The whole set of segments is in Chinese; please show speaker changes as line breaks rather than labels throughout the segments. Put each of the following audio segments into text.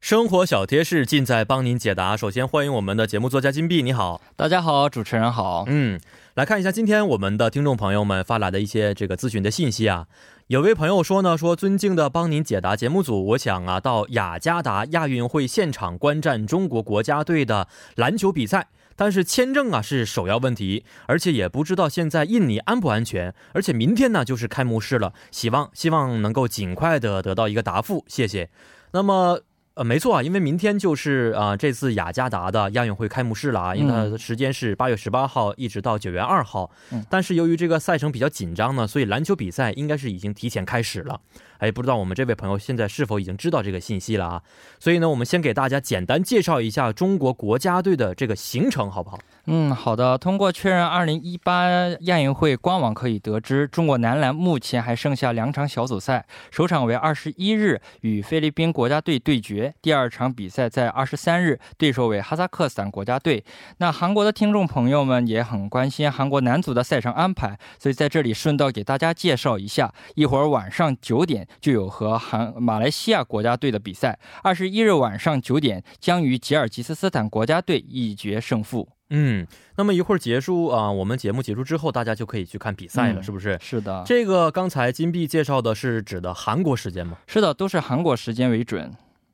生活小贴士尽在帮您解答。首先欢迎我们的节目作家金币，你好。
大家好，主持人好。
嗯，来看一下今天我们的听众朋友们发来的一些这个咨询的信息啊。有位朋友说呢，说尊敬的帮您解答节目组，我想啊到雅加达亚运会现场观战中国国家队的篮球比赛，但是签证啊是首要问题，而且也不知道现在印尼安不安全，而且明天呢就是开幕式了，希望希望能够尽快的得到一个答复，谢谢。那么。呃，没错啊，因为明天就是啊、呃这次雅加达的亚运会开幕式了啊，因为它的时间是八月十八号一直到九月二号、
嗯
但是由于这个赛程比较紧张呢，所以篮球比赛应该是已经提前开始了。哎，不知道我们这位朋友现在是否已经知道这个信息了啊？所以呢，我们先给大家简单介绍一下中国国家队的这个行程，好不好？
嗯，好的。通过确认2018亚运会官网可以得知，中国男篮目前还剩下两场小组赛，首场为21日与菲律宾国家队对决，第二场比赛在23日，对手为哈萨克斯坦国家队。那韩国的听众朋友们也很关心韩国男足的赛程安排，所以在这里顺道给大家介绍一下，一会儿晚上九点就有和韩马来西亚国家队的比赛，二十一日晚上九点将与吉尔吉斯斯坦国家队一决胜负。
嗯，那么一会儿结束啊、我们节目结束之后，大家就可以去看比赛了，
嗯
是不是？
是的，
这个刚才金币介绍的是指的韩国时间吗？
是的，都是韩国时间为准。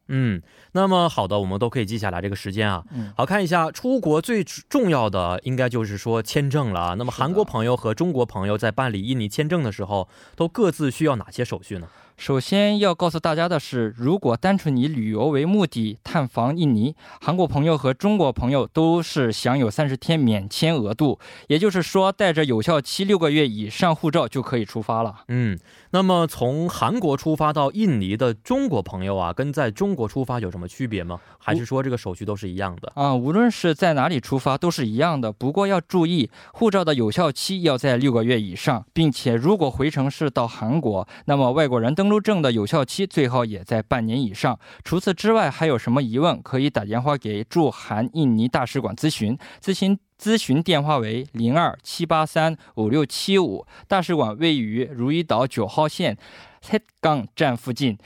嗯，那么好的，我们都可以记下来这个时间啊。
嗯
好看一下，出国最重要的应该就是说签证了啊。那么
是的
韩国朋友和中国朋友在办理印尼签证的时候，都各自需要哪些手续呢？
首先要告诉大家的是，如果单纯以旅游为目的探访印尼，韩国朋友和中国朋友都是享有三十天免签额度，也就是说，带着有效期六个月以上护照就可以出发了。
嗯，那么从韩国出发到印尼的中国朋友啊，跟在中国出发有什么区别吗？还是说这个手续都是一样的？
啊、无论是在哪里出发都是一样的，不过要注意护照的有效期要在六个月以上，并且如果回程是到韩国，那么外国人登陆证的有效期最好也在半年以上。除此之外，还有什么疑问可以打电话给驻韩印尼大使馆咨询，咨询。咨询电话为零二七八三五六七五，大使馆位于如意岛九号线 h e t g a n g 站附近，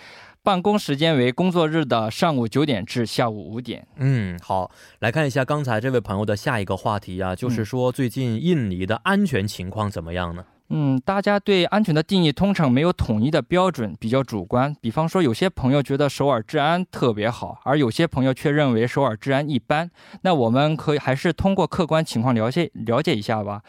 办公时间为工作日的上午九点至下午五点。
嗯，好，来看一下刚才这位朋友的下一个话题啊，就是
嗯
说最近印尼的安全情况怎么样呢？
嗯，大家对安全的定义通常没有统一的标准，比较主观。比方说，有些朋友觉得首尔治安特别好，而有些朋友却认为首尔治安一般。那我们可以还是通过客观情况了解了解一下吧。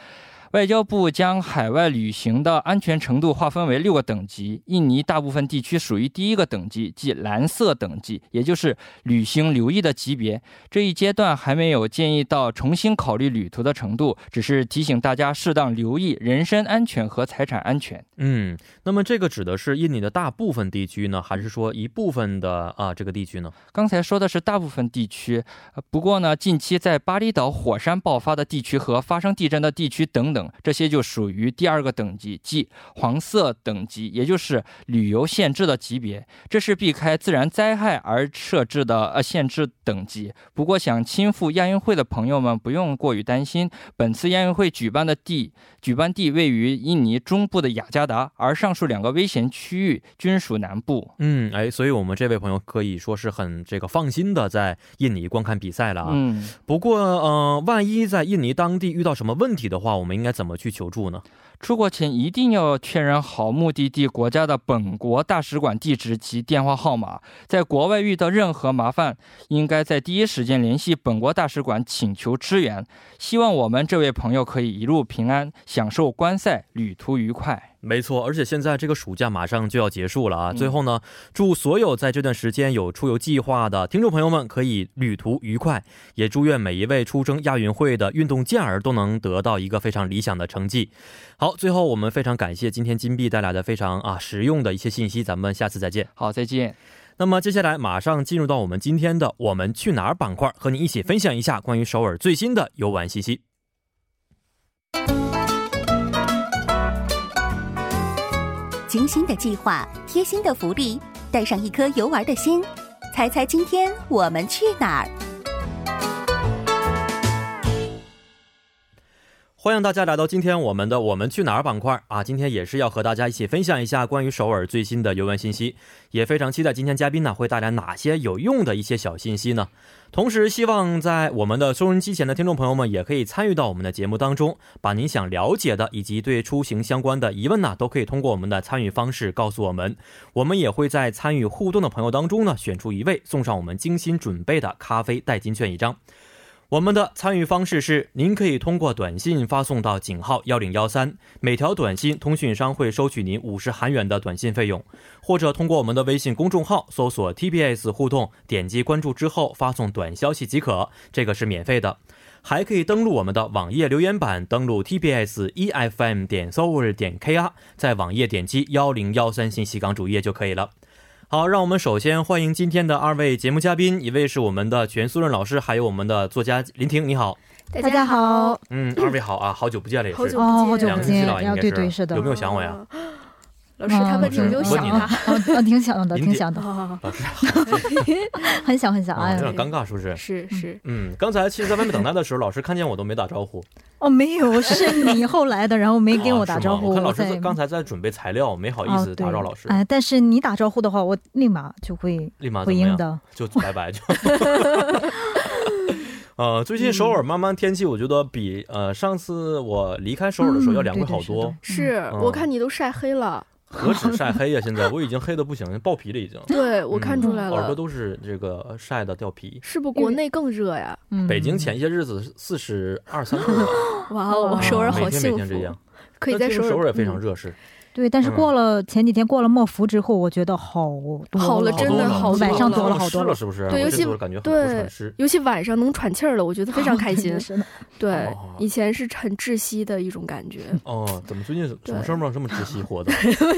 外交部将海外旅行的安全程度划分为六个等级，印尼大部分地区属于第一个等级，即蓝色等级，也就是旅行留意的级别。这一阶段还没有建议到重新考虑旅途的程度，只是提醒大家适当留意人身安全和财产安全。
嗯，那么这个指的是印尼的大部分地区呢，还是说一部分的啊、这个地区呢？
刚才说的是大部分地区，呃不过呢，近期在巴厘岛火山爆发的地区和发生地震的地区等等，这些就属于第二个等级，即黄色等级，也就是旅游限制的级别。这是避开自然灾害而设置的呃限制等级。不过，想亲赴亚运会的朋友们不用过于担心，本次亚运会举办的地举办地位于印尼中部的雅加达，而上述两个危险区域均属南部。
嗯，哎，所以我们这位朋友可以说是很这个放心的在印尼观看比赛了啊。
嗯。
不过，呃，万一在印尼当地遇到什么问题的话，我们应该怎么去求助呢？
出国前一定要确认好目的地国家的本国大使馆地址及电话号码。在国外遇到任何麻烦，应该在第一时间联系本国大使馆请求支援。希望我们这位朋友可以一路平安，享受观赛，旅途愉快。
没错，而且现在这个暑假马上就要结束了啊！
嗯
最后呢，祝所有在这段时间有出游计划的听众朋友们可以旅途愉快，也祝愿每一位出征亚运会的运动健儿都能得到一个非常理想的成绩。好，最后我们非常感谢今天金币带来的非常啊实用的一些信息，咱们下次再见。
好，再见。
那么接下来马上进入到我们今天的“我们去哪儿”板块，和你一起分享一下关于首尔最新的游玩信息。
精心的计划，贴心的福利，带上一颗游玩的心，猜猜今天我们去哪儿？
欢迎大家来到今天我们的“我们去哪儿”板块啊！今天也是要和大家一起分享一下关于首尔最新的游玩信息，也非常期待今天嘉宾呢会带来哪些有用的一些小信息呢？同时，希望在我们的收音机前的听众朋友们也可以参与到我们的节目当中，把您想了解的以及对出行相关的疑问呢、都可以通过我们的参与方式告诉我们。我们也会在参与互动的朋友当中呢，选出一位送上我们精心准备的咖啡代金券一张。我们的参与方式是，您可以通过短信发送到井号幺零幺三，每条短信通讯商会收取您五十韩元的短信费用，或者通过我们的微信公众号搜索 TBS 互动，点击关注之后发送短消息即可，这个是免费的。还可以登录我们的网页留言板，登录 TBS EFM E 点 s o u r 点 KR，在网页点击幺零幺三信息港主页就可以了。好，让我们首先欢迎今天的二位节目嘉宾，一位是我们的全素润老师，还有我们的作家林婷，你好，
大家好，
嗯，二位好啊，好久不见了，也是
好久
哦，好久
两
不
个星期
见，
了，应
要
该
对对是的
有，没有想我呀？？
哦老师，他问
嗯
你有没有
我问
想
你嗯
他？
啊啊，挺想的，
林
挺
姐
想的，
啊，
老师
很想很想，
啊，
哎
有
呀，
点尴尬，是不是？
是是，
嗯，刚才其实，在外面等待的时候，老师看见我都没打招呼，
哦，没有， 是你后来的，然后没
没
给我打招
哦啊
呼，
我看老师
在
在刚才在准备材料，没好意
哦
思打扰老师
对，哎，但是你打招呼的话，我立马就会
立马怎
回
么样
哎应？的，
就拜拜 就。 呃，最近首尔慢慢天气，我觉得比呃上次我离开首尔的时候要凉快好多，
嗯
是
嗯
我看你都晒黑了，
何止晒黑呀、现在我已经黑的不行，爆皮了已经，
对我看出来
嗯耳朵
了，
都是这个晒的掉皮。
是不是国内更热呀？
嗯，
北京前些日子四十二三度吧，
哇哦，
嗯
首尔好
每天每
幸
天这样
福，，可以在
但最近首
尔
尔也非常
嗯
热是。
对，但是
嗯
过了前几天过了墨福之后，我觉得好多
好了
了，
真的好多
晚上多
了
了好多
哦了，，是不是？
对
我
尤
这
其
次感觉很
对
不是很湿。
尤其晚上能喘气儿了，我觉得非常开心。
是的，
对
哦，
以前是很窒息的一种 感觉，
哦，怎么最近什么事儿吗？这么窒息活 的？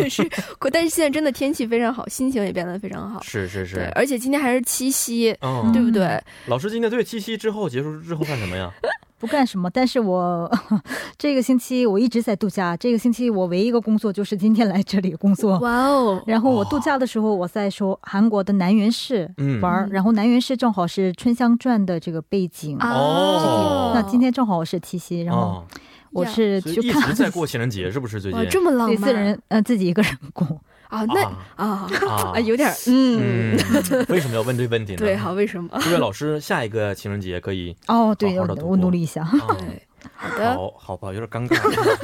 是，可但是现在真的天气非常好，心情也变得非常好。
是是
对，
是。
而且今天还是七夕，
嗯，
对不对
嗯？
老师今天对七夕之后结束之后干什么 呀？
不干什么，但是我 这个星期我一直在度假，这个星期我唯一一个工作就是今天来这里工
嗯
作，
哇哦，
然后我度假的时候，我在说韩国的南园市
嗯
玩儿，
嗯
然后南园市正好是《春香传》的这个背景。
啊
哦
那今天正好是七夕，然后
哦，
我是
所以
去
一
看
直在过情人节，是不是最
哇，
近？
这么浪
对自
漫
人呃自己一个人过，
啊！那
啊
啊
啊
啊，有点儿嗯
嗯，为什么要问这问题呢？
对，好，为什么？
各位老师，下一个情人节可 以。
哦，对，
好好
我
地度过
我努力一下。
啊
对，好的，
嗯
好好吧，有点尴尬。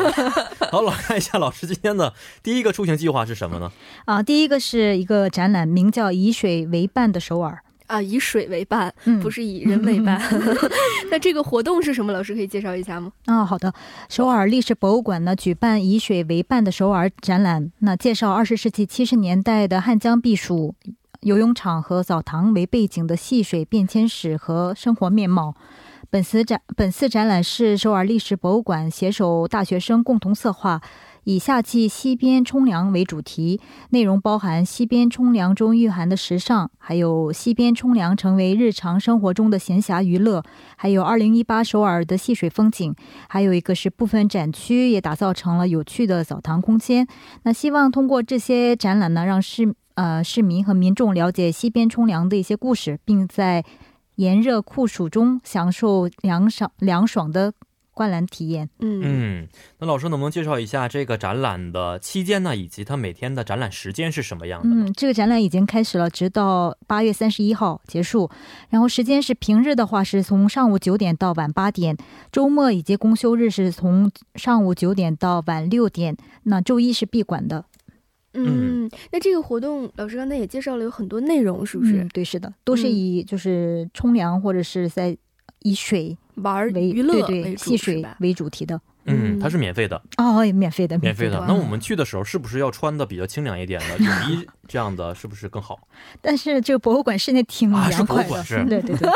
好，老看一下老师今天的第一个出行计划是什么呢？
啊，第一个是一个展览，名叫《以水为伴的首尔》，
啊，以水为伴，
嗯，
不是以人为伴。 那这个活动是什么？老师可以介绍一下吗？
啊、好的。首尔历史博物馆呢举办以水为伴的首尔展览，那介绍二十世纪七十年代的汉江避暑游泳场和澡堂为背景的戏水变迁史和生活面貌。本次展本次展览是首尔历史博物馆携手大学生共同策划，以夏季西边冲凉为主题，内容包含西边冲凉中蕴含的时尚，还有西边冲凉成为日常生活中的闲暇娱乐，还有二零一八首尔的戏水风景。还有一个是部分展区也打造成了有趣的澡堂空间。那希望通过这些展览呢，让市呃市民和民众了解西边冲凉的一些故事，并在炎热酷暑中享受凉爽凉爽的观览体验。
嗯，
嗯，那老师能不能介绍一下这个展览的期间呢，以及它每天的展览时间是什么样的？
嗯，这个展览已经开始了，直到八月三十一号结束。然后时间是平日的话是从上午九点到晚八点，周末以及公休日是从上午九点到晚六点，那周一是闭馆
嗯
的。
嗯，那这个活动，老师刚才也介绍了有很多内容，是不是
嗯？？对，是的，都是
嗯
以就是冲凉或者是在以水
玩儿
为
娱乐
对对
为主
戏水
是吧？
为主题的
嗯，
嗯
它是免费的，
哦，免费的，
免费的。
哇
那我们去的时候是不是要穿的比较清凉一点的泳衣这样的，是不是更 好？
但是这个博物馆室内挺
啊是
凉
博物
快的，
馆是
对对对，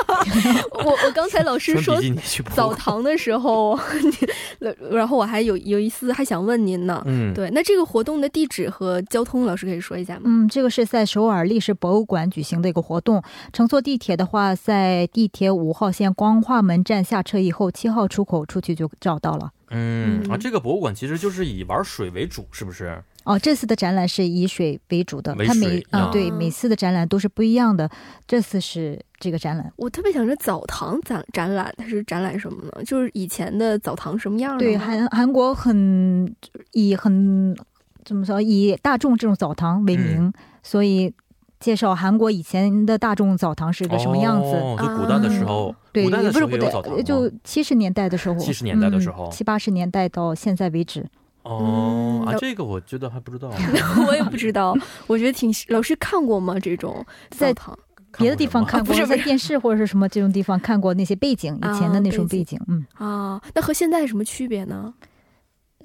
我我刚才老师
穿
说
比基尼去博物
澡
馆？
堂的时候， 你然后我还有有一丝还想问您呢。
嗯，
对，那这个活动的地址和交通，老师可以说一下吗？
嗯，这个是在首尔历史博物馆举行的一个活动。乘坐地铁的话，在地铁五号线光化门站下车以后，七号出口出去就找到了。
嗯啊，
嗯
这个博物馆其实就是以玩水为主，是不是？
哦，这次的展览是以水为主的，
为
它每
水
啊、
啊
对每次的展览都是不一样的，这次是这个展览。
我特别想着澡堂展展览，它是展览什么呢？就是以前的澡堂什么样的吗？
对韩韩国很以很怎么说以大众这种澡堂
嗯
为名，所以介绍韩国以前的大众澡堂是个什么样子。啊
哦、就古代的时候，
对，
古代的
也不
时
是
候
不
也有澡堂吗
对，就嗯七十年代的时候，嗯
70年代的时候
七八十年代到现在为止，
哦
嗯
啊，
那
这个我觉得还不知 道，啊
我也不知道，我觉得挺老师看过吗？这种
在
澡堂
别的地方看
啊
过，
不是不
在
是
电视或者是什么这种地方看过那些背景，以前的那种背景，嗯，
啊，那和现在有什么区别呢？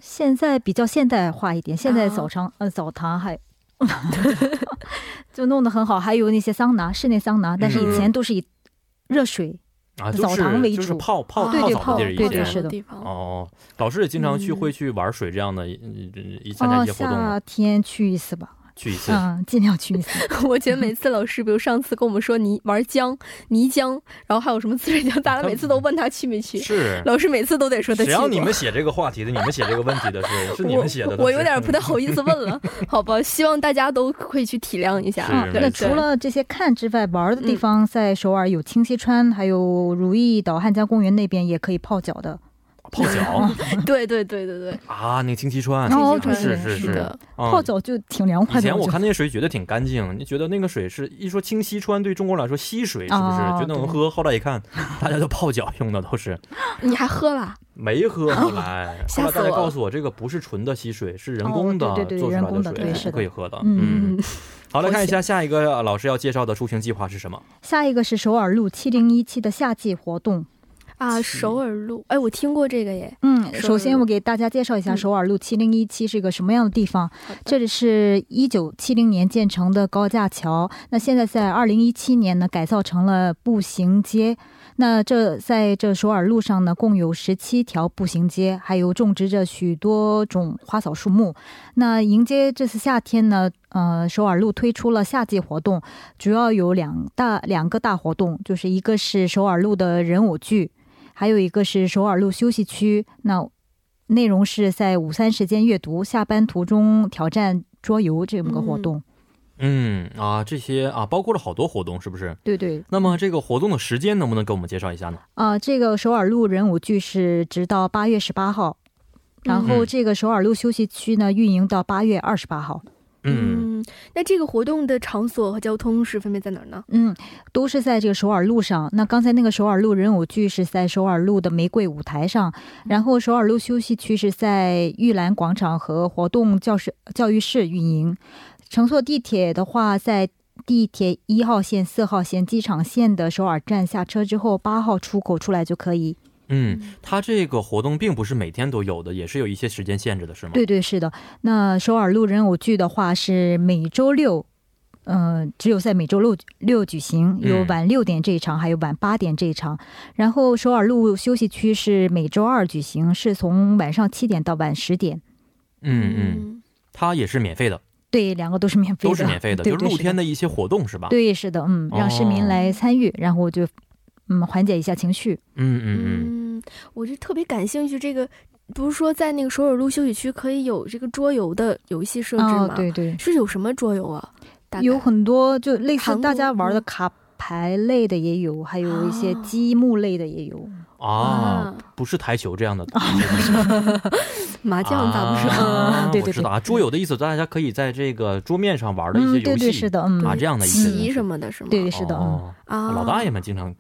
现在比较现代化一点，现在
啊
澡堂、呃澡堂还 就弄得很好，还有那些桑拿，室内桑拿，但是以
嗯
前都是以热水，
啊，就
澡堂
是
为
就是
主
泡泡
啊
对
泡澡的地儿
对泡
泡
以
对
澡
对
前
是的
地方
哦，老师也经常去
嗯
会去玩水这样的，嗯嗯一参加
哦，
一些活动吗
夏天去一次吧，
去一次。
嗯，尽量去一 次。
我觉得每次老师，比如上次跟我们说泥玩浆、泥浆，然后还有什么滋水浆，大家每次都问他去没去，
是，
老师每次都得说他去
只
过。
要你们写这个话题的，你们写这个问题的是是你们写的，
我，我有点不
太。
太好意思问 了，好吧？希望大家都可以去体谅一下。
是
啊
没，
那
错
除了这些看之外，玩的
嗯
地方在首尔有清溪川，还有如意岛汉江公园那边也可以泡脚的。
泡脚
对对对对对，
啊，那个清溪川，
哦
清溪
是
川
是
是的，
嗯
泡脚就挺凉快
以
的。
前我
觉得
看那些水觉得挺干净，你觉得那个水是一说清溪川对中国来说溪水是不是？
哦
觉得能
对
喝，后来一看，大家都泡脚用的都是
你还喝了？
没喝 后来，后
吓
来
死
大家
我
告
了
诉我这个不是纯的溪水，是人
哦
工的
对对对
做出来
人工的
水
对
是
是
不可以
的
喝的。
嗯
嗯，好，来
我
看一
写
下下一个呃老师要介绍的出行计划是什么？
下一个是首尔路七零一期的夏季活动。
啊，
是
首尔路，哎，我听过这个耶。
嗯，
首
首
尔
先
路
我给大家介绍一下
嗯
首尔路七零一期是一个什么样的地方。
好的
这里是一九七零年建成的高架桥，那现在在二零一七年呢改造成了步行街。那这在这首尔路上呢，共有十七条步行街，还有种植着许多种花草树木。那迎接这次夏天呢，呃，首尔路推出了夏季活动，主要有两大两个大活动，就是一个是首尔路的人偶剧，还有一个是首尔路休息区。那内容是在午餐时间阅读、下班途中挑战桌游这么个活动。
嗯啊，这些啊包括了好多活动，是不是？
对对，
那么这个活动的时间能不能给我们介绍一下呢？
啊、这个首尔路人偶剧是直到八月十八号，然后
嗯
这个首尔路休息区呢运营到八月二十八号。
嗯，
嗯，那这个活动的场所和交通是分别在哪儿呢？
嗯，都是在这个首尔路上。那刚才那个首尔路人偶剧是在首尔路的玫瑰舞台上，然后首尔路休息区是在玉兰广场和活动教室教育室运营。乘坐地铁的话，在地铁一号线、四号线、机场线的首尔站下车之后，八号出口出来就可以。
嗯，它这个活动并不是每天都有的，也是有一些时间限制的，是吗？
对对，是的。那首尔路人偶剧的话是每周六。嗯、只有在每周六六举行，有
嗯
晚六点这一场，还有晚八点这一场。然后首尔路休息区是每周二举行，是从晚上七点到晚十点。
嗯嗯，它也是免费的，
对，两个都是免费的，
都是免费的，
对
就是露天
的。
的一些活动是吧？
对，是的，嗯，让市民
哦
来参与，然后就嗯缓解一下情绪。
嗯嗯嗯，
嗯，我就特别感兴趣这个。不是说在那个首尔路休息区可以有这个桌游的游戏设置吗？
哦，对对，
是有什么桌游啊？大概
有很多就类似
韩
大家
国
玩的
嗯
卡牌类的也有，还有一些
哦
积木类的也有。
啊，不是台球这 样的，
麻将咋不是？
啊
嗯 对对
我知道啊，桌游的意思，大家可以在这个桌面上玩的一些游
嗯，
戏，
对对是的，嗯，
啊，这样的一些东西
棋什么的，是吗？
对是的，嗯，
哦
啊，
老大爷们经常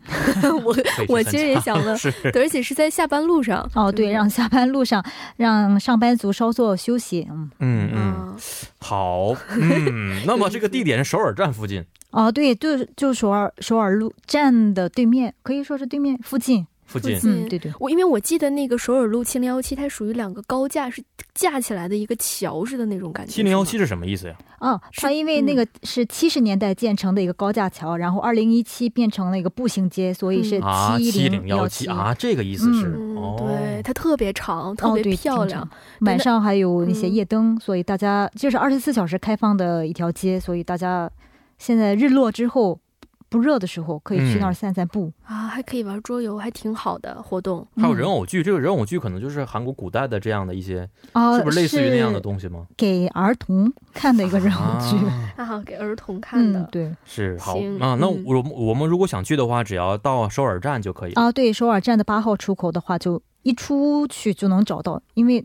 我
可以去参加，
我其实也想 问，
是
对而且是在下班路上。
哦，
对
对，
不
让下班路上让上班族稍作休息，嗯，
嗯嗯，
啊，
好，嗯，那么这个地点是首尔站附近
哦，对，就是就首尔首尔路站的对面，可以说是对面附近，
附近
附近
嗯，对对，
我因为我记得那个首尔路七零幺七，它属于两个高架是架起来的一个桥似的那种感觉。
七零幺七
是吗
是什么意思呀？
哦，它
是
因为那
嗯
个是七十年代建成的一个高架桥，然后二零一七变成了一个步行街，所以是
嗯
啊，
七哦
零
幺
幺七啊，这个意思是、
嗯，对，
哦，
它特别长，特
哦，
别
对，
漂
挺
亮
长。。晚
那
上还有一些
嗯
夜灯，所以大家这是二十四小时开放的一条街，所以大家现在日落之后不热的时候可以去那
嗯
儿散散步。
啊，还可以玩桌游，还挺好的活动。
还有
嗯
人偶剧，这个人偶剧可能就是韩国古代的这样的一些，
啊，
是不是类似于那样的东西吗？
给儿童看的一个人偶剧。
啊
啊，给儿童 看的。
嗯，对
是好
行
啊，那
嗯
我们我们如果想去的话，只要到首尔站就可以了。
啊，对，首尔站的八号出口的话，就一出去就能找到，因为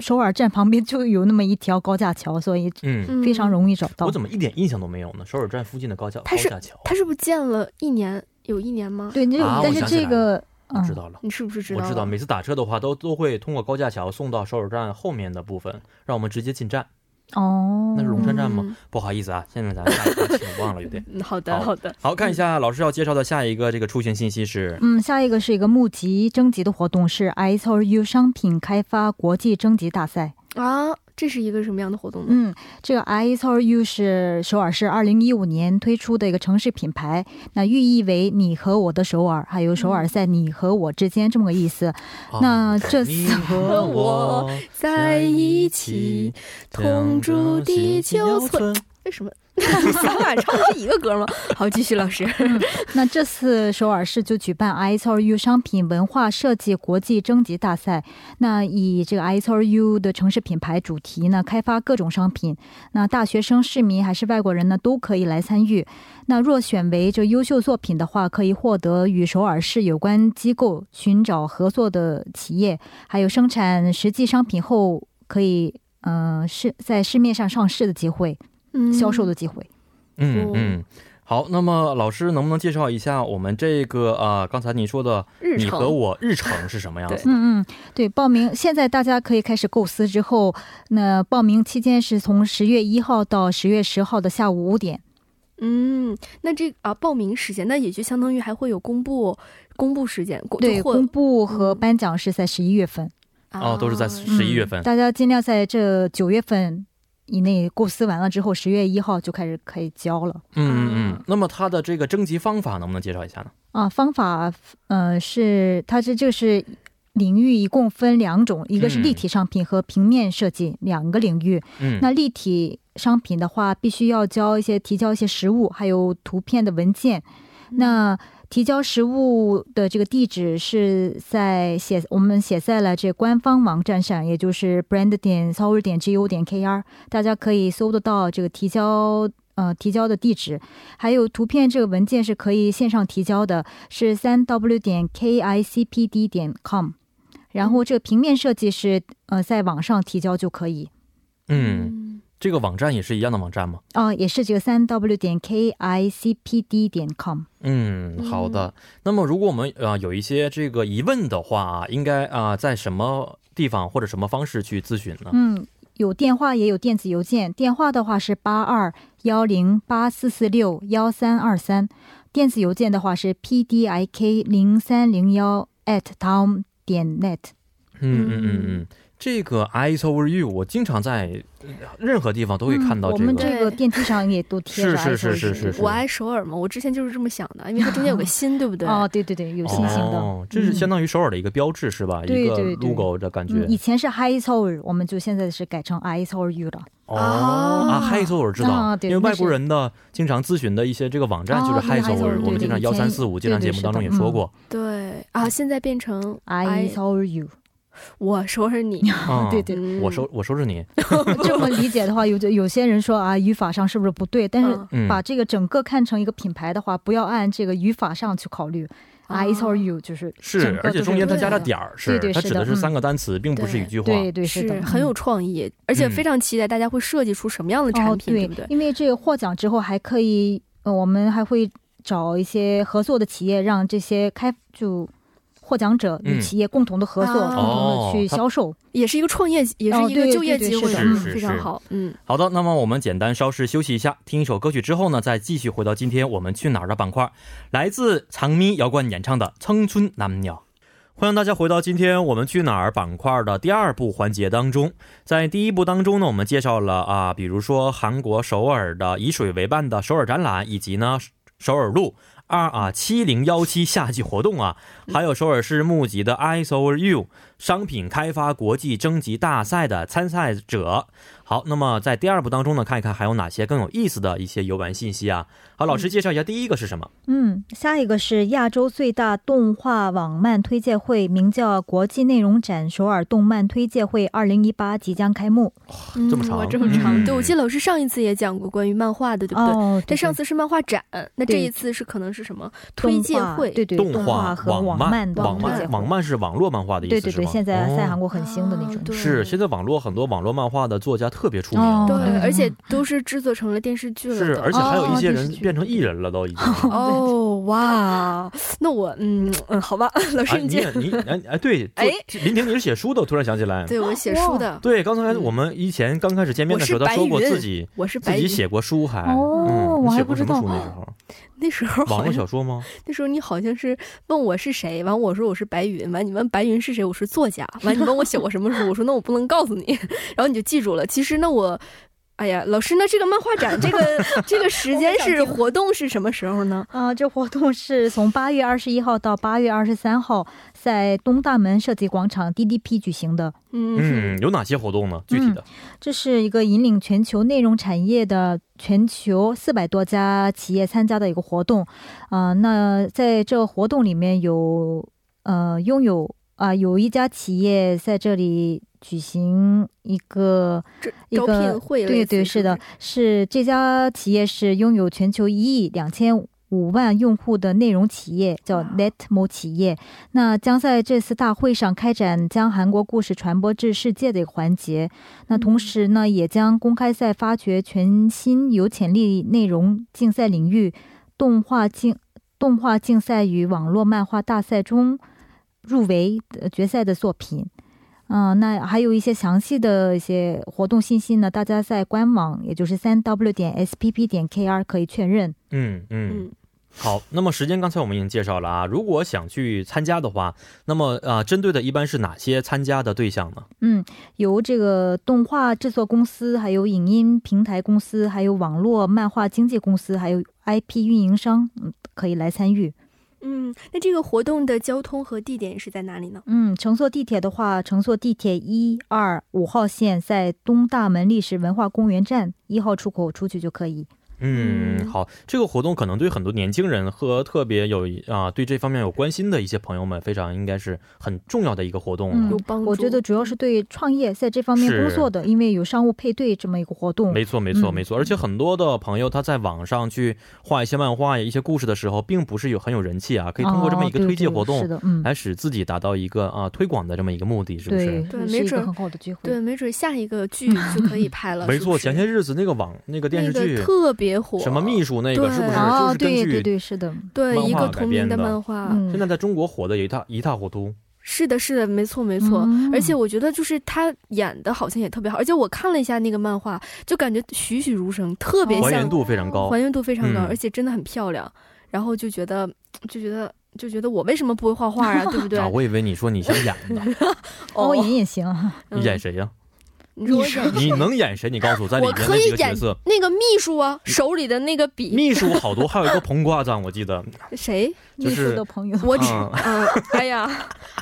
首尔站旁边就有那么一条高架桥，所以
嗯，
嗯
非常容易找到。
我怎么一点印象都没有呢？首尔站附近的高架高
它是
架桥，
他是不是建了一年有一年吗？
对，你就
啊
但
我
是
想起
这
来
个，
我
嗯
知，道了。
你是不是知道
我
了？
知道，每次打车的话都都会通过高架桥送到首尔站后面的部分，让我们直接进站。
哦，
那是龙山站吗？
嗯
不好意思啊，现在咱下一个我忘了有点。
嗯，好的
好
好的。
好看一下老师要介绍的下一个这个出行信息是，
嗯，下一个是一个募集征集的活动，是 S O U 商品开发国际征集大赛。
啊，这是一个什么样的活动呢？
嗯，这个 S O U 是首尔市二零一五年推出的一个城市品牌，那寓意为你和我的首尔，还有首尔在你和我之间这么个意思。
嗯
啊
那这
你
四
和
我在一起，同住地球村。
村。
为什么 咱俩唱的是一个歌吗？好，继续老师。
那这次首尔市就举办 i s o u 商品文化设计国际征集大赛，那以这个 i s o u 的城市品牌主题呢，开发各种商品。那大学生、市民还是外国人呢，都可以来参与。那若选为这优秀作品的话，可以获得与首尔市有关机构寻找合作的企业，还有生产实际商品后可以。嗯，市在市面上上市的机会，
嗯
销售的机会。
嗯
哦
嗯，好，那么老师能不能介绍一下我们这个啊、呃刚才你说的
日
你
程
和我日程是什么样子？
嗯嗯，对，报名现在大家可以开始构思之后，那报名期间是从十月一号到十月十号的下午五点。
嗯，那这啊报名时间，那也就相当于还会有公布公布时间，公
对，
就获
公布和
嗯
颁奖是在十一月份，
哦，都是在
啊
十一月份
嗯，。大家尽量在这九月份以内构思完了之后，十月一号就开始可以交了。
嗯嗯嗯。那么它的这个征集方法能不能介绍一下呢？
啊，方法，呃，是它是就是领域一共分两种，一个是立
嗯
体商品和平面设计两个领域。
嗯，
那立体商品的话，必须要交一些提交一些实物，还有图片的文件。那提交实物的这个地址是在写我们写在了这官方网站上，也就是 brand 点 s o u r 点 go 点 kr，大家可以搜得到这个提交。呃，提交的地址，还有图片这个文件是可以线上提交的，是三 w 点 kicpd 点 com，然后这个平面设计是呃在网上提交就可以。
嗯，这个网站也是一样的网站吗？
哦，也是这个三 w 点 k i c p d 点 com。
嗯，好的。那么，如果我们啊、呃有一些这个疑问的话啊，应该啊、呃在什么地方或者什么方式去咨询呢？
嗯，有电话也有电子邮件，电话的话是八二幺零八四四六幺三二三，电子邮件的话是 p d i k 零三零幺 at tom 点 net。
嗯嗯嗯嗯，这个 I s over you，我经常在呃任何地方都会看到
嗯我
这
们
个。
这个电梯上也都贴着 i
是是是是是
我爱首尔嘛，我之前就是这么想的，因为它中间 有个心，对不对？
哦，对对对，有星星的。嗯
哦，这是相当于首尔的一个标志是吧？
对
一个
对对
logo 的感觉。
嗯，以前是 Hi Seoul，我们就现在是改成 I Seoul You 了。
哦
啊
啊，嗨首尔知道、
啊对
因为
那
外
是
国人的经常咨询的一些这个网站就是
哦
嗨首
对
尔，
嗨首尔
我们
对
经常
对
幺
以前
三四五，经常
对
节
对
目
是
当中
的
也说
嗯
过。
对啊，现在变成
I Seoul You，
我首尔你，
嗯
啊对对
我收我收拾你，
这么理解的话，有有些人说啊，语法上是不是不对？但是
嗯
嗯，
把这个整个看成一个品牌的话，不要按这个语法上去考虑。I 啊
啊
s o r you 就是整
是，
个
而
都
且
是
中间它
它
加了
对
点儿，是
对
它
是
指的
的
是
嗯
三个单词，并不是一句话。
对对是的，
很有
嗯
创意，而且非常期待大家会设计出什么样的产
哦
品，
对
不对？
因为这个获奖之后还可以，呃，我们还会找一些呃合作的企业，让这些开就。获奖者
嗯
与企业共同的合作，
啊
共同
哦
的去
它
销售。
也是一个创业，也是
哦
一个
对
就业
对对
机会
是
的
嗯
是是
非常
是
好，嗯，
好的，那么我们简单稍事休息一下，听一首歌曲之后呢，再继续回到今天我们去哪儿的板块，来自长咪摇滚演唱的《청춘남녀》。欢迎大家回到今天我们去哪儿板块的第二部环节当中。在第一部当中呢，我们介绍了啊，比如说韩国首尔的以水为伴的首尔展览，以及呢首尔路二啊七零幺七夏季活动啊，还有首尔市募集的 I s o u r You 商品开发国际征集大赛的参赛者好，那么在第二部当中呢，看一看还有哪些更有意思的一些游玩信息啊。好，老师介绍一下第一个是什么？
嗯，下一个是亚洲最大动画网漫推介会，名叫国际内容展首尔动漫推介会二零一八即将开幕。
嗯
哦这么长
哇这么长。
嗯
对，我记得老师上一次也讲过关于漫画的，对不对？
哦，
但
对
上次是漫画展，那这
对
一次是可能是什么推
动
介
画
会？
对对
动
动
画
和
网
网
漫，
的
网
推介
漫，
会
网漫是网络漫画的意思
对
是吗？哦
对对，现在在韩
国、
国很兴的那
啊
种。
对
是现在网络很多网络漫画的作家特别出名。哎
哦
对，
嗯
而且都是制作成了电视剧了
是，
都
而且还有一
哦
些
电视
人
剧
变成艺人了，都 已经。
哦哇， 那我嗯嗯，好吧，老师
哎，
你
你
接
也。你哎哎， 对，
哎
就林婷，你是写书的，我突然想起来。
对我写书的，
对，刚才
嗯
我们以前刚开始见面的时候，
我是
他说过
白云
自己
我是
自
白
己
云。
写过书还，
哦
嗯，
我
你
还
写过
不
什
知
么
道哦
书那时候？
那时候
网
好
络
像
小说吗？
那时候你好像是问我是谁，完我说我是白云，完你问白云是谁，我说作家，完你问我写过什么书，我说那我不能告诉你， 然后你就记住了。其实呢我，哎呀，老师，那这个漫画展这 个这个时间是活动是什么时候呢？
啊、这活动是从八月二十一号到八月二十三号，在东大门设计广场 DDP 举行的。
嗯，有哪些活动呢？具体的，
这是一个引领全球内容产业的全球四百多家企业参加的一个活动，啊、那在这个活动里面有呃拥有啊、有一家企业在这里举行一个
这
一
招
个
聘会类
对
似
对
是
是
不
的，是这家企业是拥有全球一亿两千。五万用户的内容企业叫 Netmo 企业，那将在这次大会上开展将韩国故事传播至世界的一个环节。那
嗯
同时呢，也将公开赛发掘全新有潜力内容竞赛领域，动画竞动画竞赛与网络漫画大赛中入围呃决赛的作品。嗯、那还有一些详细的一些活动信息呢，大家在官网，也就是三 w 点 spp 点 kr 可以确认。
嗯嗯。
嗯，
好，那么时间刚才我们已经介绍了啊，如果想去参加的话，那么啊、呃针对的一般是哪些参加的对象呢？
嗯，由这个动画制作公司、还有影音平台公司、还有网络漫画经纪公司、还有 IP 运营商，嗯，可以来参与。
嗯，那这个活动的交通和地点是在哪里呢？
嗯，乘坐地铁的话，乘坐地铁一二五号线，在东大门历史文化公园站一号出口出去就可以。
嗯，
嗯
好，这个活动可能对很多年轻人和特别有啊、对这方面有关心的一些朋友们，非常应该是很重要的一个活动啊了。
嗯
有帮助？
我觉得主要是对创业在这方面工作的，因为有商务配对这么一个活动。
没错，没错，
嗯
没错。而且很多的朋友他在网上去画一些漫画呀、一些故事的时候，并不是有很有人气啊，可以通过这么一个
哦对
推介
对
活动，
是的，嗯，
来使自己达到一个啊推广的这么一个目的，是不
对
是？，
对
是
没
一
准
个
儿
很好的机会。
对，没准下一个 剧就可以拍了。
没
是不
错，
是
前些日子那个网那个电视
那
剧
个特别火，
什么秘书那个
对
是不是
啊，
就是
对
根
对
据
对，是的，
对
漫
一
画
个
改
同
编
啊名的
的
漫画，
嗯，
现在在中国火的也一塌一塌糊涂。
是的，是的，没错，没错。
嗯
而且我觉得就是他演的好像也特别好，而且我看了一下那个漫画，就感觉栩栩如生，特别
哦
还
像
原度非常高
还。原度非常高，
嗯
而且真的很漂亮。然后就觉得，就觉得，就觉得我为什么不会画画啊？对不对？
啊，我以为你说你想演 呢，
哦，演也行啊，
你演谁呀？
嗯、你说我
你
演
你能演谁？你告诉我，在里
我
面
可
那
以
几个角
演
色，
那个秘书啊，手里的那个笔，
嗯秘书好多，还有一个彭瓜章，我记 得。
谁？
就
秘
是
书的朋友，
我只
嗯
嗯，哎呀，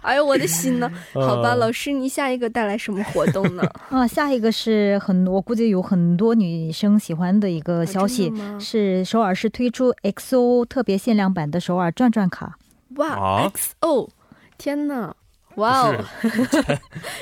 哎呀，我的心呢？好吧，
呃
老师，你下一个带来什么活动 呢？
啊，下一个是很，我估计有很多女生喜欢的一个消
啊
息，
真的吗
是首尔市推出 XO 特别限量版的首尔转转卡。
哇
啊
，XO，天呐，哇哦！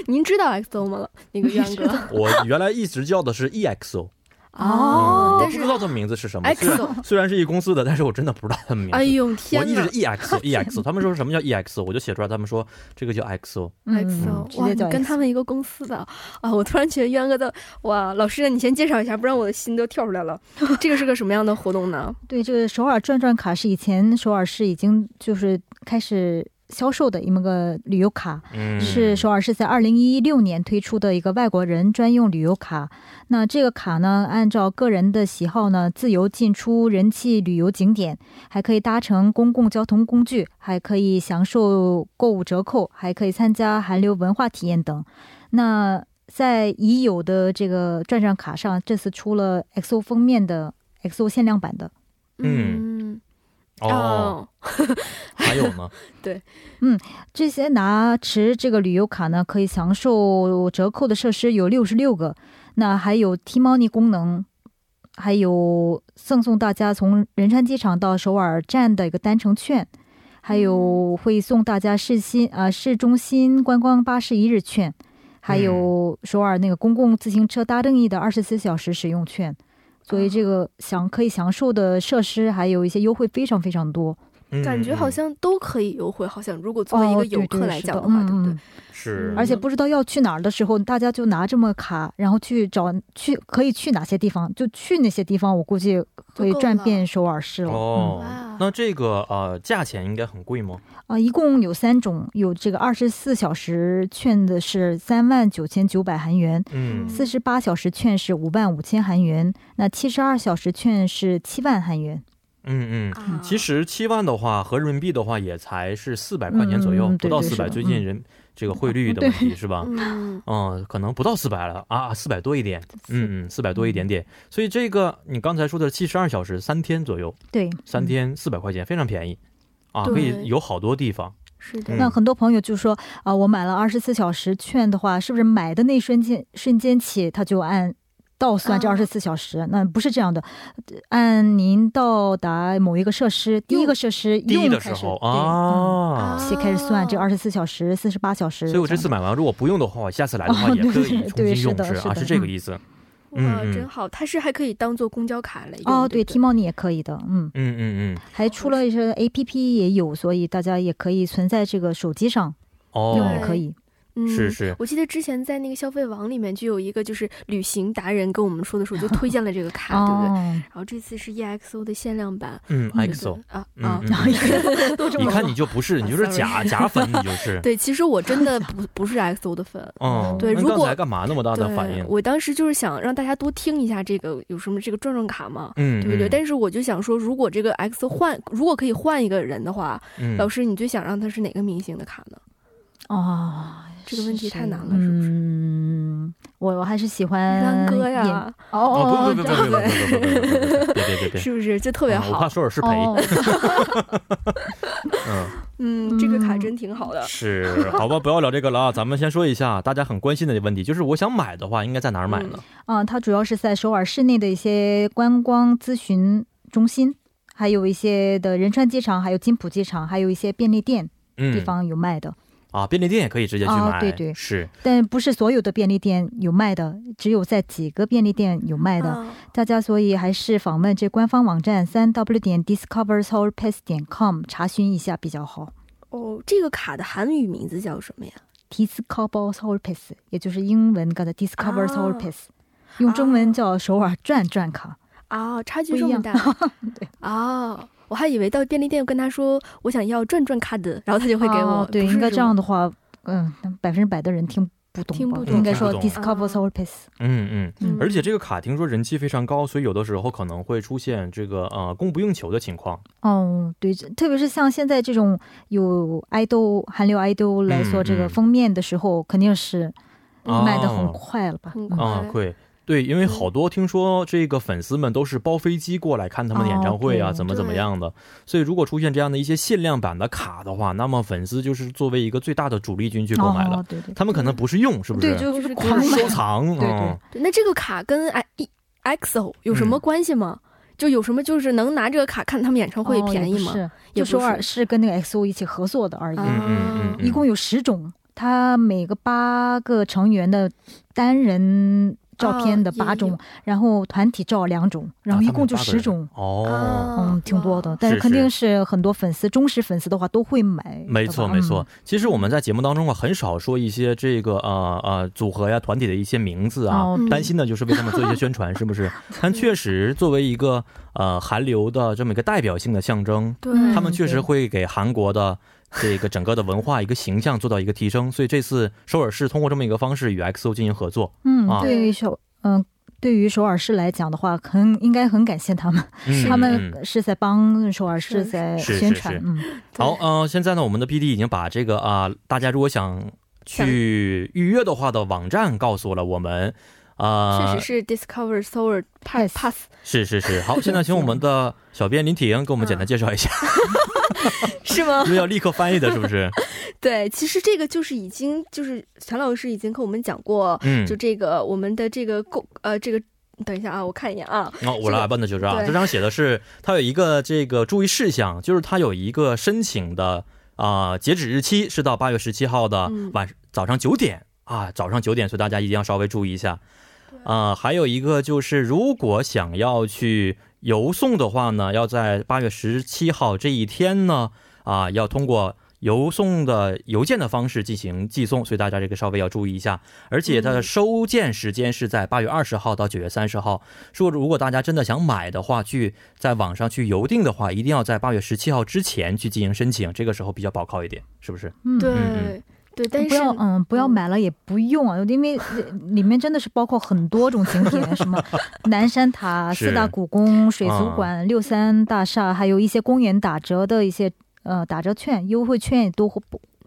您知道 XO 吗？老那个渊哥
我原来一直叫的是 E EXO，
啊
哦
嗯我
但
不
是
知道这名字是什么。虽然
XO，
虽然是一公司的，但是我真的不知道它的名字。
哎呦
我
天
一直
呐
是 E EXO EXO，他们说什么叫 EXO，我就写出来，他们说这个叫 XO。
嗯，
！XO，
直
哇，
接
你
叫
跟他
XO。
们一个公司的啊！我突然觉得渊哥的哇，老师，你先介绍一下，不然我的心都跳出来了。这个是个什么样的活动呢？
对，这个首尔转转卡是以前首尔市已经就是开始销售的一么个旅游卡。
嗯，
是首尔市在二零一六年推出的一个外国人专用旅游卡。那这个卡呢，按照个人的喜好呢，自由进出人气旅游景点，还可以搭乘公共交通工具，还可以享受购物折扣，还可以参加韩流文化体验等。那在已有的这个转转卡上，这次出了 XO 封面的 XO 限量版的。
嗯
嗯，
哦，
哦，
还有呢，
这些拿持这个旅游卡呢，可以享受折扣的设施有六十六个。那还有提猫尼功能，还有赠送大家从仁川机场到首尔站的一个单程券，还
嗯
有会送大家市心啊、市中心观光巴士一日券，还
嗯
有首尔那个公共自行车搭乘易的二十四小时使用券。
啊
所以这个享可以享受的设施，还有一些优惠非常非常多。
嗯
感觉好像都可以优惠，好像如果作为一个游客来讲的话，
哦
对不对？
嗯嗯
是，
而且不知道要去哪儿的时候，大家就拿这么卡，然后去找去可以去哪些地方，就去那些地方。我估计会转遍首尔市了。
哦
哇，
那这个呃价钱应该很贵吗？
嗯啊、一共有三种，有这个二十四小时券的是三万九千九百韩元，
嗯
四十八小时券是五万五千韩元，那七十二小时券是七万韩元。
嗯嗯。
啊
其实七万的话，合人民币的话也才是四百块钱左右，
嗯嗯
不到
对
四
对
百。
是
最近人、这个汇率的问题是吧？
嗯，
嗯，可能不到四百了啊，四百多一点，嗯嗯，四百多一点点。所以这个你刚才说的七十二小时，三天左右，
对，
三
嗯
天四百块钱，非常便宜啊，
对
可以有好多地方。
是
嗯
的，
那很多朋友就说啊、我买了二十四小时券的话，是不是买的那瞬间瞬间起，他就按倒算这
啊
二十四小时、那不是这样的，按您到达某一个设施，第一个设施
第一
用
的
才
时
是
候，
对嗯
啊
啊，
嗯起开始算这二十四小时、四十八小时。
所以我这次
样
买完，如果不用的话，我下次来的话
哦
也可以
对
重
对
新
是
用
的
是
是
啊，
的
是这个
嗯
意思。
哇，
嗯嗯
真好，它是还可以当做公交卡来用
哦，对
对不
提猫你也可以的，嗯，
嗯嗯嗯，
还出了一些 A P P 也有，所以大家也可以存在这个手机上用，也
哦，
可以。
对嗯，
是是。
我记得之前在那个消费网里面就有一个就是旅行达人跟我们说的时候就推荐了这个卡，对不对？
哦，
然后这次是 EXO 的限量版
嗯
我觉得
，XO，
啊
嗯
啊，
嗯嗯
都这
你
么
看
说。
你就不是，你就是假
Sorry
假粉，你就是。
对，其实我真的不不是 XO 的粉，
嗯，
对
那
如
刚
果
才干嘛那么大的反应
对，？我当时就是想让大家多听一下这个有什么这个转转卡嘛，
嗯，
对不对？
嗯
但是我就想说，如果这个 X 换，如果可以换一个人的话，
嗯
老师，你最想让他是哪个明星的卡呢？
哦，
这个问题太难了，
谁
是不是？
嗯，我我还是喜欢
安哥
演
呀，
哦
哦，
哦，
不不
这
不不不不不不，别别别别，
是不是就特别
啊我怕
好？
首尔是赔。
哦，
嗯，
嗯，这个卡
嗯
真挺好的。
是，好吧，不要聊这个了啊，咱们先说一下大家很关心的问题，就是我想买的话，应该在哪儿买
嗯
呢？
啊，它主要是在首尔市内的一些观光咨询中心，还有一些的仁川机场，还有金浦机场，还有一些便利店
嗯，
地方有卖的，
啊，便利店也可以直接去
啊
买，
对对
是，
但不是所有的便利店有卖的，只有在几个便利店有卖的。
啊
大家所以还是访问这官方网站三 w 点 discover seoul pass 点 com 查询一下比较好。
哦，这个卡的韩语名字叫什么呀？
Discover Seoul Pass，也就是英文刚才 Discover
啊
Seoul Pass，、用中文叫首尔转转卡。
啊，差距
不一
这么
样
大啊！我还以为到便利店跟他说我想要转转卡的，然后他就会给我。
啊对，
不是
应该这
种
样的话，嗯，百分之百的人听不懂吧，
听不懂啊
应该说
嗯听不
懂
Discover Seoul Pass。
嗯嗯。
嗯
而且这个卡听说人气非常高，所以有的时候可能会出现这个呃供不应求的情况。
哦，对，这特别是像现在这种有爱豆、韩流爱豆来做
嗯
这
嗯
个封面的时候，肯定是
嗯
哦
卖的很快了吧？
很
嗯
快
啊，
对
会。对，因为好多听说这个粉丝们都是包飞机过来看他们的演唱会啊，
哦对
怎么怎么样的。所以如果出现这样的一些限量版的卡的话，那么粉丝就是作为一个最大的主力军去购买了。
哦，对对。
他们可能不是用，是不是？
对，就是
就是
狂买
收 藏
对对
嗯
对那这个卡跟 I E XO 有什
嗯
么关系吗？就有什么就是能拿这个卡看他们演唱会
哦
便宜
也不
吗？
是，
也
就
不
首尔
是
是跟那个 XO 一起合作的而已。
啊
嗯嗯嗯嗯，
一共有十种，它每个八个成员的单人照片的
哦也
八种，
有
然后团体照两种，然
啊
后一共就十种。
哦。
啊
嗯，挺多的，但
是
是肯定是很多粉丝、忠实粉丝的话都会买。
没错，
对吧嗯
没错。。其实我们在节目当中啊，很少说一些这个呃呃组合呀、团体的一些名字啊，
哦
嗯
担心的就是为他们做一些宣传， 是不是？但确实，作为一个呃韩流的这么一个代表性的象征，
对，
嗯
他们确实会给韩国的这个整个的文化一个形象做到一个提升。所以这次首尔市通过这么一个方式与 XO 进行合作，
嗯
啊，
对于首嗯，对于首尔市来讲的话，很应该很感谢他们，
嗯
他
嗯
们是在帮首尔
是
市在
是是
宣传
是。
嗯，
对
好，呃，现在呢，我们的 PD 已经把这个啊、大家如果想去预约的话的网站告诉了我们，啊、
确实是 Discover Solar Pass
Pass
Pass
是是是。好，现在请我们的小编林体英给我们简单介绍一下，
是吗？
因为要立刻翻译的，是不是？
对，其实这个就是已经就是陈老师已经跟我们讲过，
嗯
就，这个我们的这个构呃这个，等一下啊，我看一眼啊，
哦，我来问的就是啊，
对
这张写的是它有一个这个注意事项，就是它有一个申请的啊、截止日期是到八月十七号的
嗯
晚、早上九点啊，早上九点，所以大家一定要稍微注意一下。啊、还有一个就是，如果想要去邮送的话呢，要在八月十七号这一天呢，啊、要通过邮送的邮件的方式进行寄送，所以大家这个稍微要注意一下。而且它的
嗯
收件时间是在八月二十号到九月三十号。说如果大家真的想买的话，去在网上去邮订的话，一定要在八月十七号之前去进行申请，这个时候比较保靠一点，是不是？
嗯
对、
嗯
对，但
不
是
要嗯，不要买了，也不用啊，因为呃里面真的是包括很多种景点，什么南山塔、
是啊
四大故宫、水族馆、六三大厦，还有一些公园打折的一些呃打折券、优惠券也都会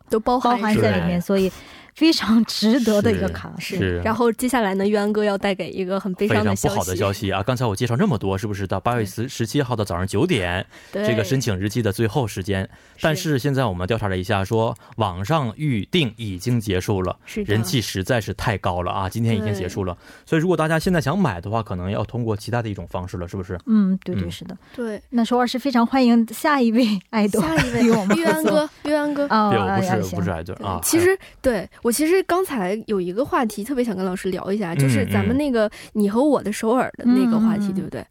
都包
包
含
含
是
在里面，所以非常值得的一个卡。
是。
然后接下来呢，玉安哥要带给一个很悲
非
伤
常
的
不好的消
息，
息啊！刚才我介绍那么多，是不是到八月十十七号的早上九点，
对
这个申请日期的最后时间？但是现在我们调查了一下说，网上预定已经结束了，
是的
人气实在是太高了啊！今天已经结束了，所以如果大家现在想买的话，可能要通过其他的一种方式了，是不是？
嗯，对对
嗯
是的。
对。
那首尔是非常欢迎下一位爱豆
下一位
与我们
玉
合
安
作
哥，玉安哥，
啊，
对，我不
啊
是不是
行
爱豆啊。
其实对我其实刚才有一个话题特别想跟老师聊一下，就是
嗯
咱们那个你和我的首尔的那个话题，
嗯嗯嗯
对不对？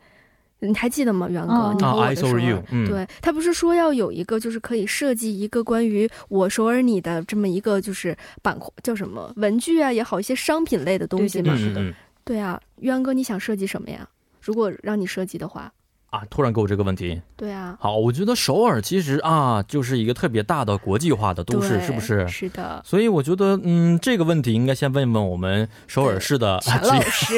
你还记得吗，元哥？
哦
你
啊
和我
，I
的首
saw
尔。
you，嗯，
对他不是说要有一个，就是可以设计一个关于我首尔你的这么一个就是板块，叫什么文具啊也好，一些商品类的东西
对
嘛。
对
嗯嗯嗯
对啊，渊哥，你想设计什么呀？如果让你设计的话，
啊，突然给我这个问题，
对啊，
好，我觉得首尔其实啊，就是一个特别大的国际化的都市，
对
是不是？
是的，
所以我觉得，嗯，这个问题应该先问问我们首尔市的
陈老师。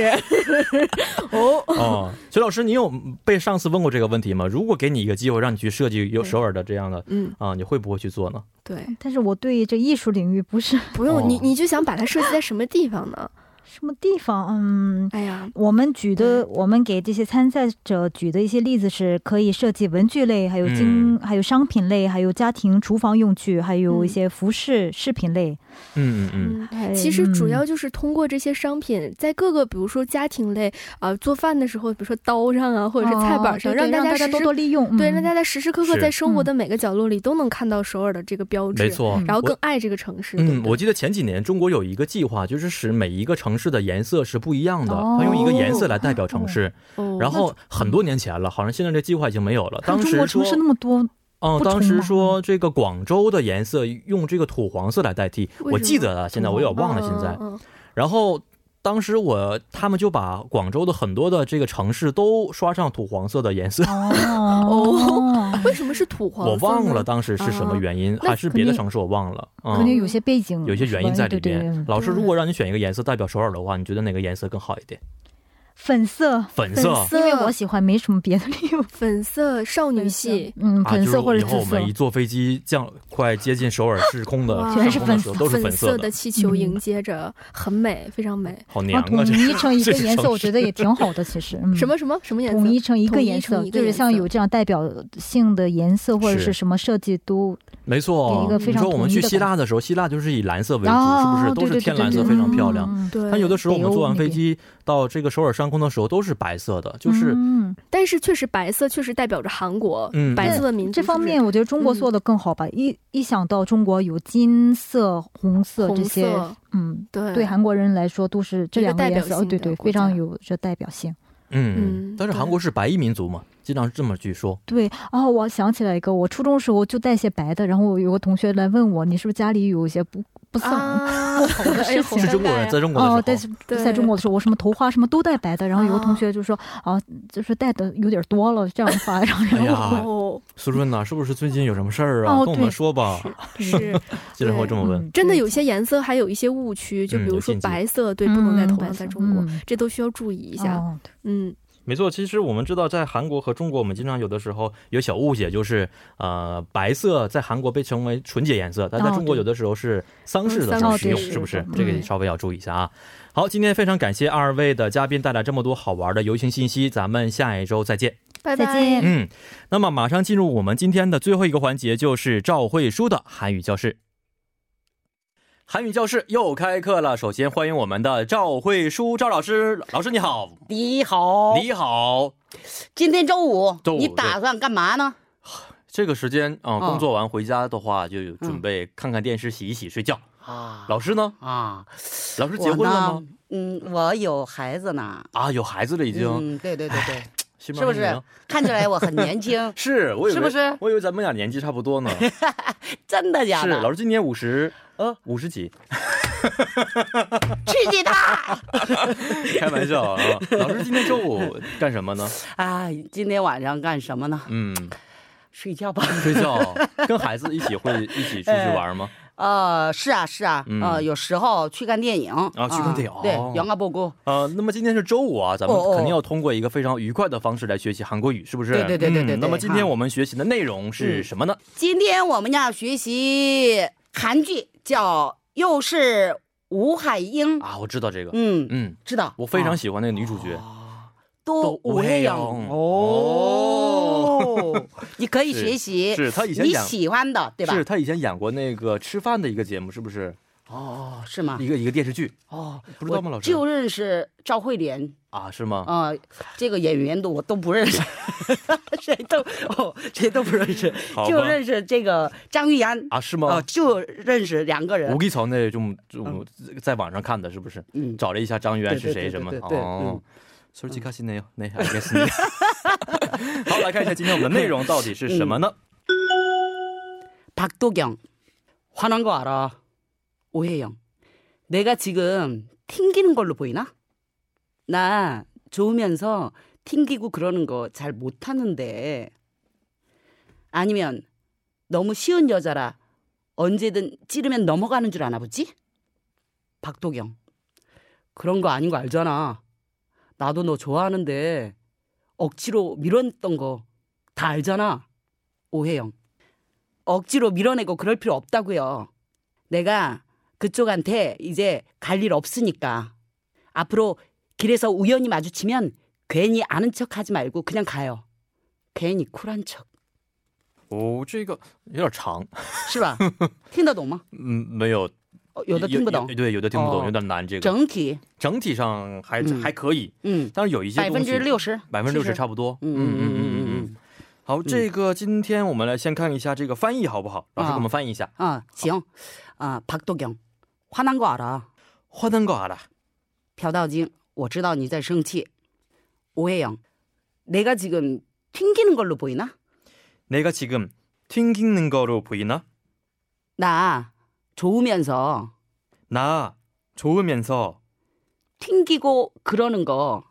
哦，
哦，徐老师，你有被上司问过这个问题吗？如果给你一个机会，让你去设计有
对
首尔的这样的
嗯，
啊，你会不会去做呢？
对，
但是我对这艺术领域不是
不用、
哦
你，你就想把它设计在什么地方呢？
什么地方，嗯，
哎呀，
我们举
嗯
的，我们给这些参赛者举的一些例子是可以设计文具类，还有
嗯
精，还有商品类，还有家庭厨房用具，还有一些服饰饰品类。
嗯嗯
嗯。
还
其实主要
嗯
就是通过这些商品，在各个比如说家庭类啊、做饭的时候，比如说刀上啊，或者是菜板上，
哦对对让
大
家
时
多
时
多利用。
对，
嗯
让大家时时刻刻
是
在生活的每个角落里都能看到首尔的这个标
嗯，
志，
没错。
嗯
然后
我
更爱这个城市。对
嗯，
不对
我记得前几年中国有一个计划，就是使每一个城市的颜色是不一样的，
哦
它用一个颜色来代表城市。
哦
然后很多年前了，好像现在这计划已经没有了。
看
当
嗯啊中国
时
城
说，
市那 么多，
嗯，
不
当
重
时
吗
说这个广州的颜色用这个土黄色来代替，
为
我
什
记
么
得了，啊现在
土
我有
黄
点忘了现
哦
在。
嗯嗯
然后当时我他们就把广州的很多的这个城市都刷上土黄色的颜 色，
哦，
嗯为什么是土黄色
我
呢？
忘了当时是什
啊
么原因，
那
还是别的城市我忘了。
肯定
嗯，
有些背景，
有一些原因在里
对对
边。
对
老师，如果让你选一个颜色代表首尔的话，你觉得哪个颜色更好一点？
粉色，
粉色。
粉色
因为我喜欢，没什么别的理由。
粉色少女系，
嗯，
啊，就
粉
是
色或
以
者
后
紫
我
色
们一。坐飞机降快接近首尔市空的
哇
上
全是
空的
粉
时候，都是
粉
粉
色
色
的
的，
气球
嗯
迎接着，很美，非常美。
好
啊
娘
统
啊！这
一成一个
这是
颜
什
色，
么
我觉得也挺好的。其实，嗯
什么什么什么颜色？
统一成一
统
个
一
颜
成
色
一，个
就是
颜
像
色
有这样代表性的颜色或者
是
是什么设计都
没错
一个，非
你
常
说我们
统一
去
的
希
感
腊的时候，希腊就是以蓝色为主，是
啊
不是？
对
都是
对
天
对
蓝
对
色，非常漂亮。
嗯嗯嗯
对，
但有的时候我们坐完
北
飞
欧那
机到这个首尔上空的时候都是白色的，就是
嗯
但是确实白色确实代表着韩国，
嗯
白色的民族
这方面，我觉得中国做的更好吧。一一想到中国有金色、红
是
色
不
这
是红
些，
色，
嗯，
对
对韩国人来说都是这
一个
两个
代
颜
表
色，哦
性
对
的
对，
国
非常
家
有这代表性。
嗯
嗯，
但是
对
韩国是白衣民族嘛，经常这么去说。
对，哦，我想起来一个，我初中时候就带些白的，然后我有个同学来问我，你是不是家里有一些不不算、
啊，哎呀好
是
尴
中国
尬
人
呀
在中国
哦，
的
但
时
是
候，
对
在中国的时候，我什么头花什么都带白的，然后有个同
哦
学就说啊，就是带的有点多了，这样的话，然后
哎
然后
呀，
哦，
苏润呐，是不是最近有什么事儿啊？
哦
跟我们
对
说吧，
是
经常会这么问。
嗯
真的
对
有些颜色还有一些误区，就比
嗯
如
有
说
禁忌
白色，对，不能戴
嗯
头
白
上，
色
在中国
嗯
这都需要注意一
一
下。
哦、
嗯，
没错，其实我们知道，在韩国和中国，我们经常有的时候有小误解，就是呃，白色在韩国被称为纯洁颜色，但在中国有的时候是哦丧事的时候使用，
哦对
是不是
嗯？
这个也稍微要注意一下啊。好，今天非常感谢二位的嘉宾带来这么多好玩的游行信息，咱们下一周再见。
拜
再
拜。
见
嗯，那么马上进入我们今天的最后一个环节，就是赵慧舒的韩语教室。韩语教室又开课了。首先欢迎我们的赵慧舒赵老师，老师你好，
你好，
你好。
今天周五
周，五
你打算干嘛呢？
这个时间啊、呃
哦嗯
工作完回家的话，就有准备看看电视、洗一洗、睡觉。
啊
老师呢？
啊，
老师
我
结婚了吗
呢？？嗯，我有孩子呢。
啊，有孩子了已经，哎
嗯，对对对对，
是，
是不是？看起来我很年轻
是，我以为
是不是
我以为咱们俩年纪差不多呢。
真的 假
是，
的？
老师今年五十，
呃，
五十几，
刺激他！
开玩笑啊。老师今天周 五干什么呢？
啊，今天晚上干什么呢？
嗯，
睡觉吧。
睡觉，跟孩子一起会一起出去玩吗？
呃，是啊，是啊，
嗯
呃，有时候去看电影啊
去看电影
对
哦，
杨阿布姑，
呃，那么今天是周五啊，咱们
哎哦哦
肯定要通过一个非常愉快的方式来学习韩国语，是不是？
对对对对对
嗯那么
对
今天
哈
我们学习的内容是
嗯
什么呢？
今天我们要学习韩剧，叫《又是吴海英》。
啊，我知道这个，
嗯，
嗯，
知道，
我非常
啊
喜欢那个女主角，
哦都
都
无黑影
哦
哦，你可以
是
学习，
是她以前
你
演
喜欢的对吧？
是她以前演过那个吃饭的一个节目，是不是？
哦，是吗？
一个一个电视剧
哦，
不知道吗老师
就认识赵慧莲
啊，是吗？
啊、这个演员都我都不认 识，谁都哦谁都不认识
好吧，
就认识这个张玉阳
啊，是
哦，
吗？
就认识两个人
吴。继从那种种在网上看的，是不是？
嗯，
找了一下张元是谁
对对对
什么
对对对
哦
嗯。
솔직하시네요네알겠습니다 好，来看一下今天我们的内容到底是什么呢？
박도경 화난 거 알아 오해영 내가 지금 튕기는 걸로 보이나? 나 좋으면서 튕기고 그러는 거 잘 못하는데 아니면 너무 쉬운 여자라 언제든 찌르면 넘어가는 줄 아나 보지? 박도경 그런 거 아닌 거 알잖아 나도 너 좋아하는데 억지로 밀어냈던 거 다 알잖아 오해영 억지로 밀어내고 그럴 필요 없다고요. 내가 그쪽한테 이제 갈 일 없으니까 앞으로 길에서 우연히 마주치면 괜히 아는 척 하지 말고 그냥 가요. 괜히 쿨한 척.
哦，这个有点长，
시바. 틴다 동마.
嗯，没有，
어, 여다
有
틴다 동.
有对，有的听不懂，
哦
有点难。这个
정티.
整体上还
嗯
还可以，
음.
但是有一些东西
60%.
百分之六十差不多。嗯嗯嗯嗯嗯。
음.
好，这个今天我们来先看一下这个翻译好不好？老师给我们翻译一下。
아, 지영. 아, 박도경. 화난 거 알아.
화난거알아
朴道金，我知道你在生气。오해영내가지금튕기는걸로보이나
내가지금튕기는거로보이나
나좋으면서
나좋으면서
튕기고그러는거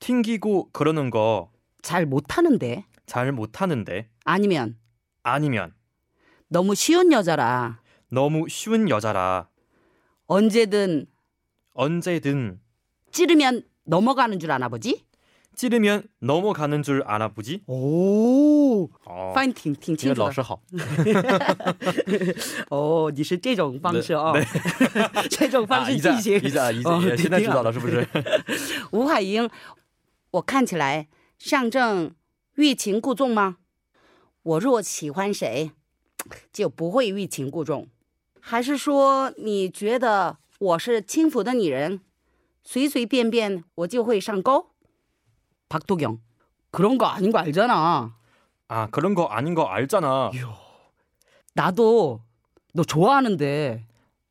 튕기고 그러는 거 잘
잘못하는데
못하는데
아니면
아니면
너무 쉬운 여자라
너무 쉬운 여자라
언제든
언제든
찌르면 넘어가는 줄 아나 보지?
찌르면 넘어가는 줄 알아보지.
오,
어,
翻译挺挺清楚的。
老师好。
哦，你是这
네.
种方式 啊、
对
这种方
아,
式进行。
예,
哦对对啊
现在知道了是不是？
吴海英，我看起来上正欲擒故纵吗？我若喜欢谁，就不会欲擒故纵。还是说你觉得我是轻浮的女人，随随便便我就会上钩？박도경그런거아닌거알잖아
아 그런 거 아닌 거 알잖아.
나도너좋아하는데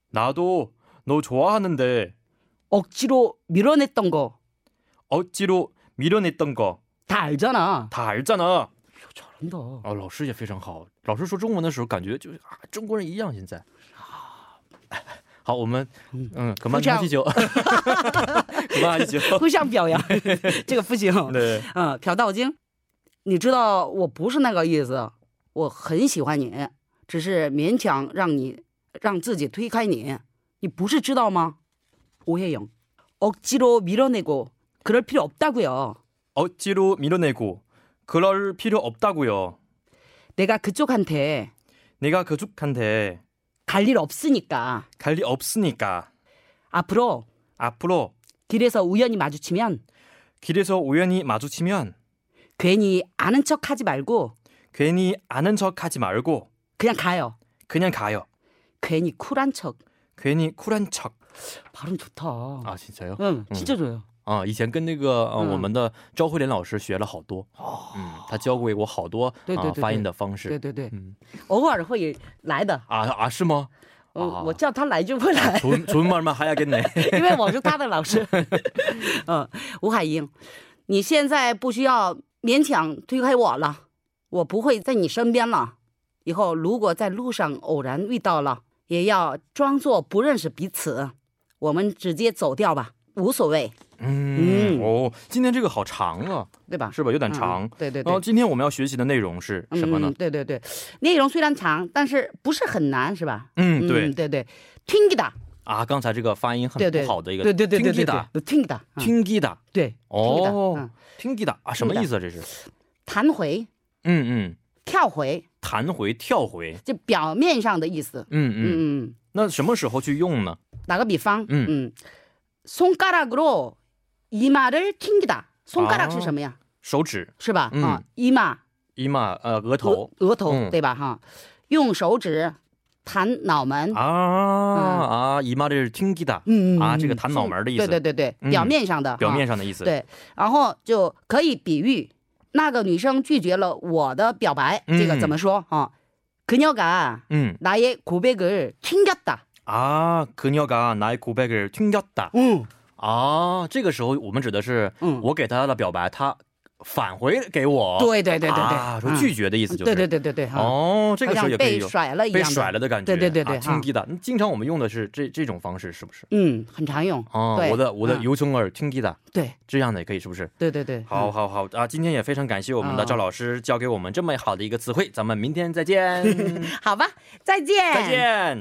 나도 너 좋아하는데
억지로밀어냈던거 다
억지로 밀어냈던 거 다
알잖아
알잖아.
잘한다
哦，老师也非常好。老师说中文的时候，感觉就是啊，中国人一样。现在， 好，我们嗯，可曼
鼓掌
哈气球， 可曼哈气球，
互相 表扬，这个不行。
对，
嗯，朴道金，你知道我不是那个意思，我很喜欢你，只是勉强让你让自己推开你，你不是知道吗？오해영억지로밀어내고그럴필요없다고요
억지로밀어내고그럴필요없다고요
내가그쪽한테
내가그쪽한테
갈 일 없으니까
갈리없으니까
앞으로
앞으로
길에서 우연히 마주치면
길에서 우연히 마주치면
괜히 아는 척하지 말고
괜히 아는 척하지 말고
그냥 가요.
그냥 가요.
괜히 쿨한 척.
괜히 쿨한 척.
발음 좋다.
아 진짜요?
응, 진짜 좋아요.
啊，以前跟那个呃、
嗯哦
我们的赵慧莲老师学了好多，嗯，她教给我好多啊、
对对对对
发音的方式，
对对对，
嗯
偶尔会来的。
啊啊是吗？
嗯、
啊
我叫他来就会来，
纯纯慢慢还要跟你，
因为我是他的老师。嗯，吴海英，你现在不需要勉强推开我了，我不会在你身边了。以后如果在路上偶然遇到了，也要装作不认识彼此，我们直接走掉吧，无所谓，
嗯
嗯
哦，今天这个好长啊，
对吧？
是吧？有点
嗯
长。
对对
然
对
后。今天我们要学习的内容是什么呢
嗯？？对对对，内容虽然长，但是不是很难，是吧？
嗯，对、
对对，听기다，
啊，刚才这个发音很
对对，
不好的一个，
对对对对
听
对
기다，
对，听기다，嗯
听기다，
对，听기다
哦
嗯，
听기다啊，什么意思啊？这是？
弹回、
嗯嗯，
跳回，
弹回、跳回，
就表面上的意思。
嗯嗯，
嗯，
那什么时候去用呢？
打个比方，
嗯
嗯，손가락으로이마를튕기다，손가락
哦
是什么呀？
手指、
是吧？
嗯
啊，이마
伊玛呃额
额
头
额头
嗯
对吧？哈，用手指弹脑门
啊。啊，姨妈这是听기다，
嗯
啊这个弹脑门的意思
对对对
嗯
对，表面上的，
表
哈
面上的意思。，
对，然后就可以比喻那个女生拒绝了我的表白，
嗯
这个怎么说啊？그녀가
嗯
나의고백을튕겼다。
啊，그녀가나의고백을튕겼다。
嗯
啊，这个时候我们指的是
嗯，
我给他的表白，他返回给我。
对对对对对，
哦啊，说
嗯
拒绝的意思就是。
对对对对对，哈，
哦，这个
好
时候
像
也可以
被
用
甩了一
被
样的，
甩了的感觉。
对对对对
啊
哈
听기다。经常我们用的是这这种方式，是不是？
嗯，很常用。
哦，
对
我的我的
嗯
尤琼尔听기다
对
这样的也可以，是不是？
对对对，
好，好好啊！今天也非常感谢我们的
嗯
赵老师 教给我们这么好的一个词汇，咱们明天再见，
嗯好吧，再见，
再见。